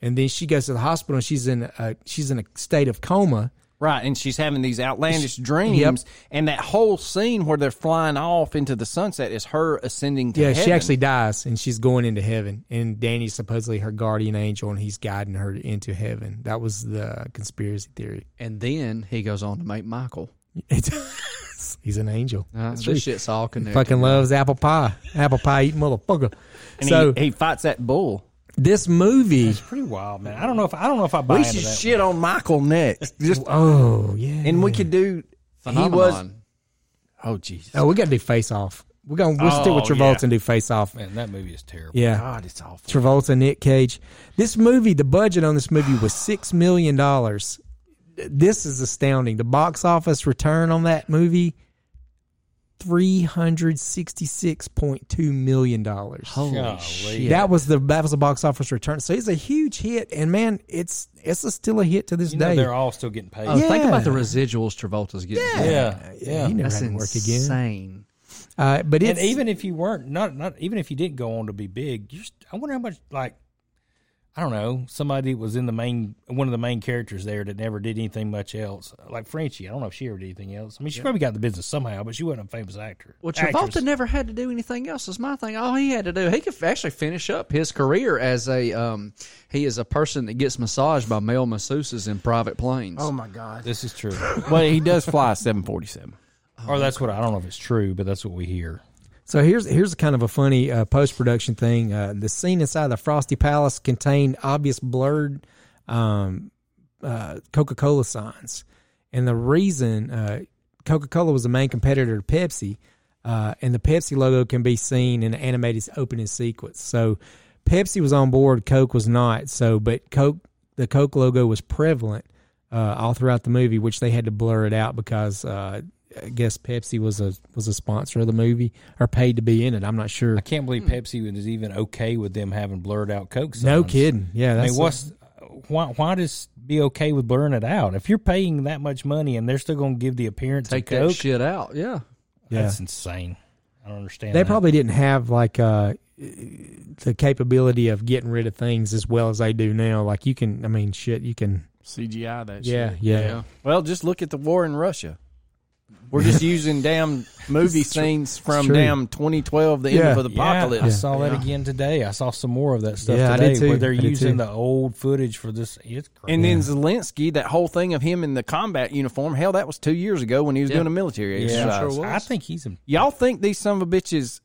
S1: and then she goes to the hospital and she's in a she's in a state of coma
S4: Right, and she's having these outlandish dreams, and that whole scene where they're flying off into the sunset is her ascending to
S1: yeah
S4: heaven.
S1: she actually dies and she's going into heaven and Danny's supposedly her guardian angel and he's guiding her into heaven that was the conspiracy theory
S6: And then he goes on to make Michael.
S1: It's- he's an angel
S5: Oh,
S6: Uh,
S1: That's
S6: this
S1: true.
S6: shit's all connected.
S1: fucking loves apple pie apple pie eating motherfucker
S4: and
S1: so
S4: he, he fights that bull.
S1: this movie
S5: Pretty wild, man. I don't know if I don't know if I buy
S4: We
S5: into
S4: should
S5: that.
S4: shit on Michael next, just
S1: oh yeah
S4: and we could do.
S6: Phenomenon.
S4: He was oh Jesus,
S1: Oh, we got to do Face Off. We're gonna we'll stick with
S5: Oh,
S1: Travolta
S5: yeah.
S1: and do Face Off.
S5: Man, that movie is terrible.
S1: Yeah,
S4: God, it's awful.
S1: Travolta, Nick Cage. This movie, the budget on this movie was six million dollars. This is astounding. The box office return on that movie. Three hundred sixty-six point two million dollars.
S5: Golly.
S1: That was the that was the box office return. So it's a huge hit, and man, it's it's a, still a hit to this
S5: You know,
S1: day.
S5: they're all still getting paid.
S6: Uh, Think about the
S1: Yeah.
S6: residuals Travolta's getting.
S1: Yeah.
S5: Oh, yeah, yeah.
S1: he never
S6: That's
S1: had to work again.
S6: insane.
S1: Uh, but it's
S5: and even if you weren't not not even if you didn't go on to be big, you st- I wonder how much like I don't know somebody was in the main one of the main characters there that never did anything much else. Like Frenchie, I don't know if she ever did anything else. I mean, she probably got in the business somehow, but she wasn't a famous actor.
S6: Well, Travolta
S5: Actress.
S6: never had to do anything else. Is my thing. All he had to do, he could actually finish up his career as a um, he is a person that gets massaged by male masseuses in private planes.
S4: Oh my God.
S5: This is true,
S4: Well, he does fly a seven forty seven.
S5: or that's what I don't know if it's true, but that's what we hear.
S1: So here's here's kind of a funny uh, post production thing. Uh, the scene inside the Frosty Palace contained obvious blurred um, uh, Coca Cola signs, and the reason uh, Coca Cola was the main competitor to Pepsi, uh, and the Pepsi logo can be seen in the animated opening sequence. So Pepsi was on board, Coke was not. So, but Coke the Coke logo was prevalent uh, all throughout the movie, which they had to blur it out because uh, I guess Pepsi was a was a sponsor of the movie or paid to be in it. I'm not sure.
S5: I can't believe Pepsi was even okay with them having blurred out Coke. Signs.
S1: No kidding. Yeah,
S5: I
S1: that's
S5: mean, what's why? Why does be okay with blurring it out? If you're paying that much money and they're still going to give the appearance
S6: Take
S5: of Coke,
S6: that shit out. Yeah.
S1: yeah.
S5: that's insane. I don't understand.
S1: they
S5: that.
S1: probably didn't have like uh, the capability of getting rid of things as well as they do now. Like you can, I mean, shit, you can.
S4: CGI that
S1: Yeah, yeah.
S4: Well, just look at the war in Russia. We're just using damn movie scenes from
S1: true.
S4: damn 2012, the
S1: Yeah.
S4: end of the apocalypse.
S5: I saw that again today. I saw some more of that stuff
S1: Yeah, I
S5: today
S1: did too.
S5: where they're
S1: I did too.
S5: using the old footage for this. It's crazy.
S4: And then Zelensky, that whole thing of him in the combat uniform, hell, that was two years ago when he was doing a military exercise.
S5: I think he's in.
S4: Y'all think these son of a bitches,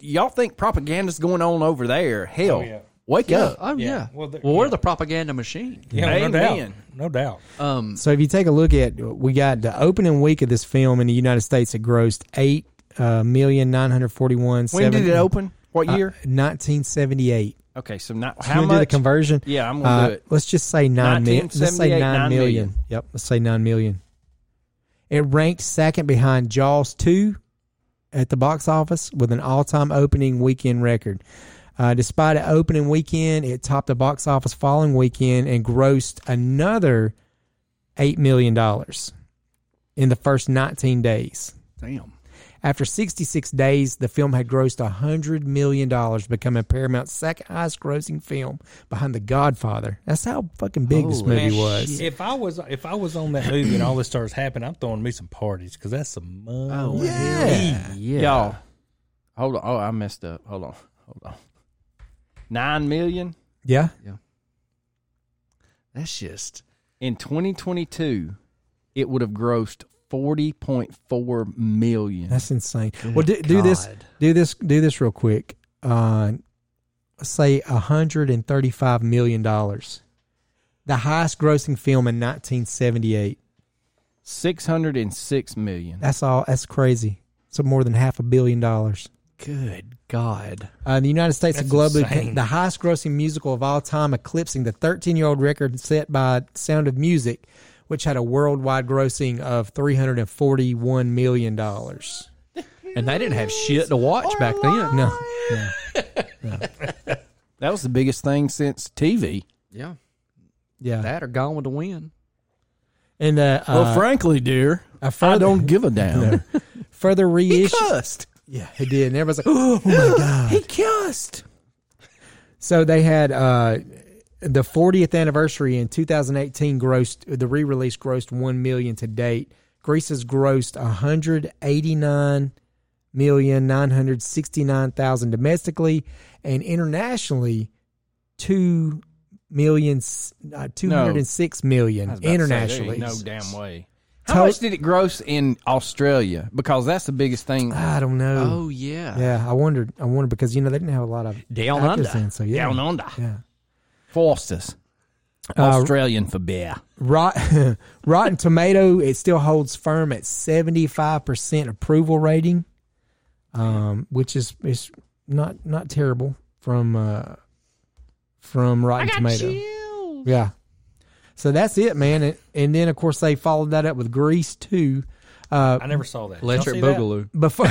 S4: y'all think propaganda's going on over there? Hell,
S5: yeah.
S4: wake up.
S6: Oh yeah. Well,
S5: Well, the-
S6: we're
S5: yeah.
S6: the propaganda machine.
S5: Yeah, no doubt.
S4: Amen.
S5: No doubt.
S6: Um,
S1: So if you take a look at, we got the opening week of this film in the United States. It grossed eight uh, million nine hundred forty-one.
S4: When did it open? What year?
S1: Nineteen seventy-eight.
S4: okay, so not
S1: I'm
S4: how
S1: gonna do the
S4: much?
S1: conversion. Uh,
S4: Yeah, I'm gonna do it.
S1: Let's just say nine million. Let's say
S4: 1978,
S1: nine
S4: nine
S1: million.
S4: million.
S1: Yep, let's say nine million. It ranked second behind Jaws two at the box office with an all-time opening weekend record. Uh, despite an opening weekend, it topped the box office following weekend and grossed another eight million dollars in the first 19 days.
S4: Damn.
S1: After 66 days, the film had grossed $100 million, becoming Paramount's second highest grossing film behind The Godfather. That's how fucking big this
S4: Holy
S1: movie was.
S5: If I was if I was on that movie and all this starts happening, I'm throwing me some parties because that's some money.
S1: Oh.
S6: Oh,
S4: Yeah. yeah. Y'all. Hold on. Oh, I messed up. Hold on. Hold on. Nine million
S1: Yeah.
S6: That's just
S4: in 2022, it would have grossed 40.4 million.
S1: That's insane. well, do, do this, do this, do this real quick. Uh, say $135 million. The highest grossing film in 1978.
S4: 606 million.
S1: That's all. That's crazy. So more than half a billion dollars.
S7: Good God.
S1: Uh, the United States
S5: That's
S1: globally
S5: insane.
S1: the highest grossing musical of all time, eclipsing the 13 year old record set by Sound of Music, which had a worldwide grossing of $341 million. No.
S7: And they didn't have shit to watch back then.
S1: no.
S4: That was the biggest thing since TV.
S7: Yeah.
S1: Yeah.
S7: That or Gone with the Wind.
S1: And uh, uh,
S4: frankly, dear,
S1: a further,
S4: give a damn.
S1: further reissue.
S4: Cussed.
S1: Yeah, it did. And everybody's like, oh, my God.
S4: He cussed.
S1: So they had uh, the 40th anniversary in 2018 grossed the re-release grossed 1 million to date. Greece has grossed 189 million 969,000 domestically and internationally 2 million uh, 206 million internationally.
S4: No damn way. How much did it gross in Australia? Because that's the biggest thing.
S1: I don't know.
S7: Oh, yeah.
S1: Yeah, I wondered I wondered because you know they didn't have a lot of
S7: Down
S1: actors
S7: under.
S1: in, so yeah.
S4: Down under.
S1: Yeah.
S4: Fosters. uh, Australian for beer.
S1: Rot, Rotten Tomato, it still holds firm at seventy five percent approval rating, um, which is is not not terrible from uh, from Rotten Tomato. Yeah, so that's it, man. And, and then of course they followed that up with Grease two. Uh,
S5: I never saw that. Did y'all
S7: Electric
S5: see that?
S7: Boogaloo.
S1: before,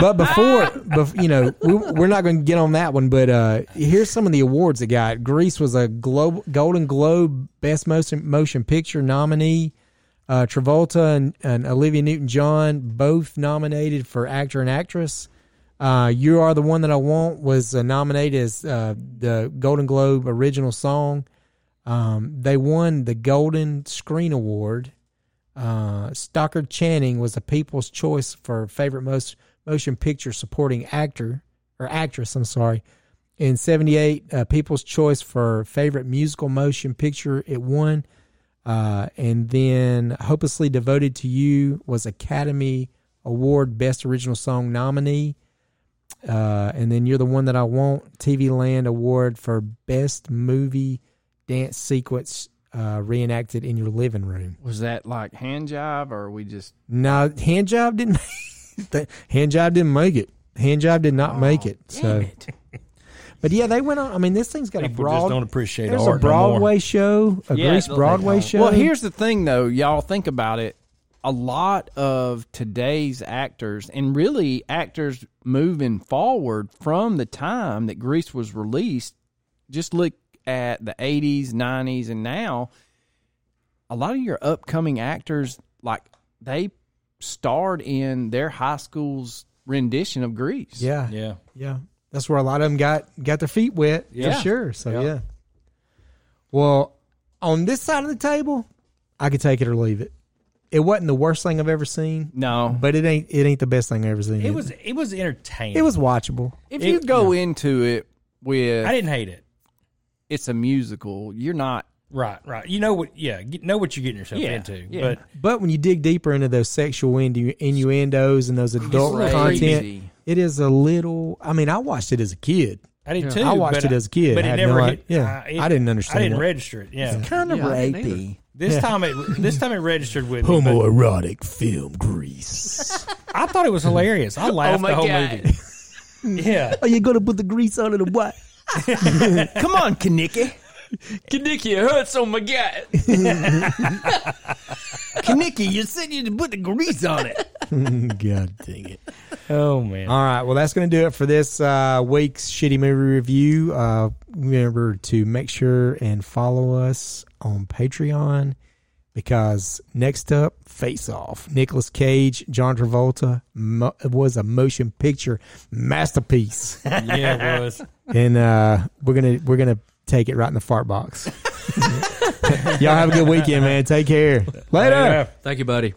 S1: but before, bef- you know, we, we're not going to get on that one. But uh, here's some of the awards it got. Greece was a Glo- Golden Globe Best Motion Motion Picture nominee. Uh, Travolta and, and Olivia Newton-John both nominated for actor and actress. Uh, "You Are the One That I Want" was uh, nominated as uh, the Golden Globe original song. Um, they won the Golden Screen Award uh, Stockard Channing was the People's Choice for favorite most motion picture supporting actor or actress. I'm sorry. In '78, uh, People's Choice for favorite musical motion picture, it won. Uh, and then "Hopelessly Devoted to You" was Academy Award Best Original Song nominee. Uh, and then "You're the One That I Want" TV Land Award for Best Movie Dance Sequence uh, reenacted in your living room.
S4: Was that like hand jive or we just
S1: No, hand job didn't. the hand job didn't make it. Hand job did not make it. So, but yeah, they went on. I mean, this thing's got a
S5: People
S1: broad.
S5: just don't appreciate
S1: there's
S5: art
S1: a Broadway show, a
S4: Yeah,
S1: Grease
S4: they'll-
S1: Broadway show.
S4: Well, here's the thing, though, y'all think about it. A lot of today's actors, and really actors moving forward from the time that Grease was released, just look at the 80s, 90s, and now, a lot of your upcoming actors, like, they starred in their high school's rendition of Grease.
S1: yeah, yeah,
S5: Yeah.
S1: That's where a lot of them got got their feet wet
S4: Yeah.
S1: for sure. So
S4: Yeah.
S1: yeah. Well, on this side of the table, I could take it or leave it. It wasn't the worst thing I've ever seen,
S4: No.
S1: but it ain't it ain't the best thing I've ever seen.
S5: It
S1: either.
S5: was it was entertaining.
S1: it was watchable.
S4: if you go into it with
S5: I didn't hate it.
S4: it's a musical, you're not
S5: Right, right. You know what? Yeah, get, know what you're getting yourself
S4: Yeah,
S5: into.
S4: yeah.
S5: But
S1: But when you dig deeper into those sexual innu- innuendos and those adult
S4: crazy.
S1: content, it is a little. I mean, I watched it as a kid.
S5: I did too.
S1: I watched it
S5: but
S1: as a kid.
S5: but
S1: I
S5: it
S1: had
S5: never.
S1: no
S5: hit,
S1: idea. Yeah.
S5: uh, it-
S1: I didn't understand
S5: I didn't
S1: that.
S5: register it. Yeah,
S4: kind of
S7: rapey.
S5: this time it this time it registered with me. but
S1: Homoerotic film grease.
S5: I thought it was hilarious. I laughed
S4: Oh my
S5: the whole
S4: God.
S5: movie. Yeah,
S1: Are you gonna put the grease on it or what?
S4: Come on, Kanicki.
S7: Kanicki, it hurts on my gut.
S4: Kanicki, you said you put the grease on it.
S1: God dang it.
S5: Oh man.
S1: All right. Well, that's going to do it for this uh, week's shitty movie review. Uh, remember to make sure and follow us on Patreon because next up, Face Off. Nicolas Cage, John Travolta mo- was a motion picture masterpiece,
S5: Yeah, it was.
S1: and uh, we're gonna we're gonna take it right in the fart box. Y'all have a good weekend, man. Take care. Later.
S5: Yeah.
S7: Thank you, buddy.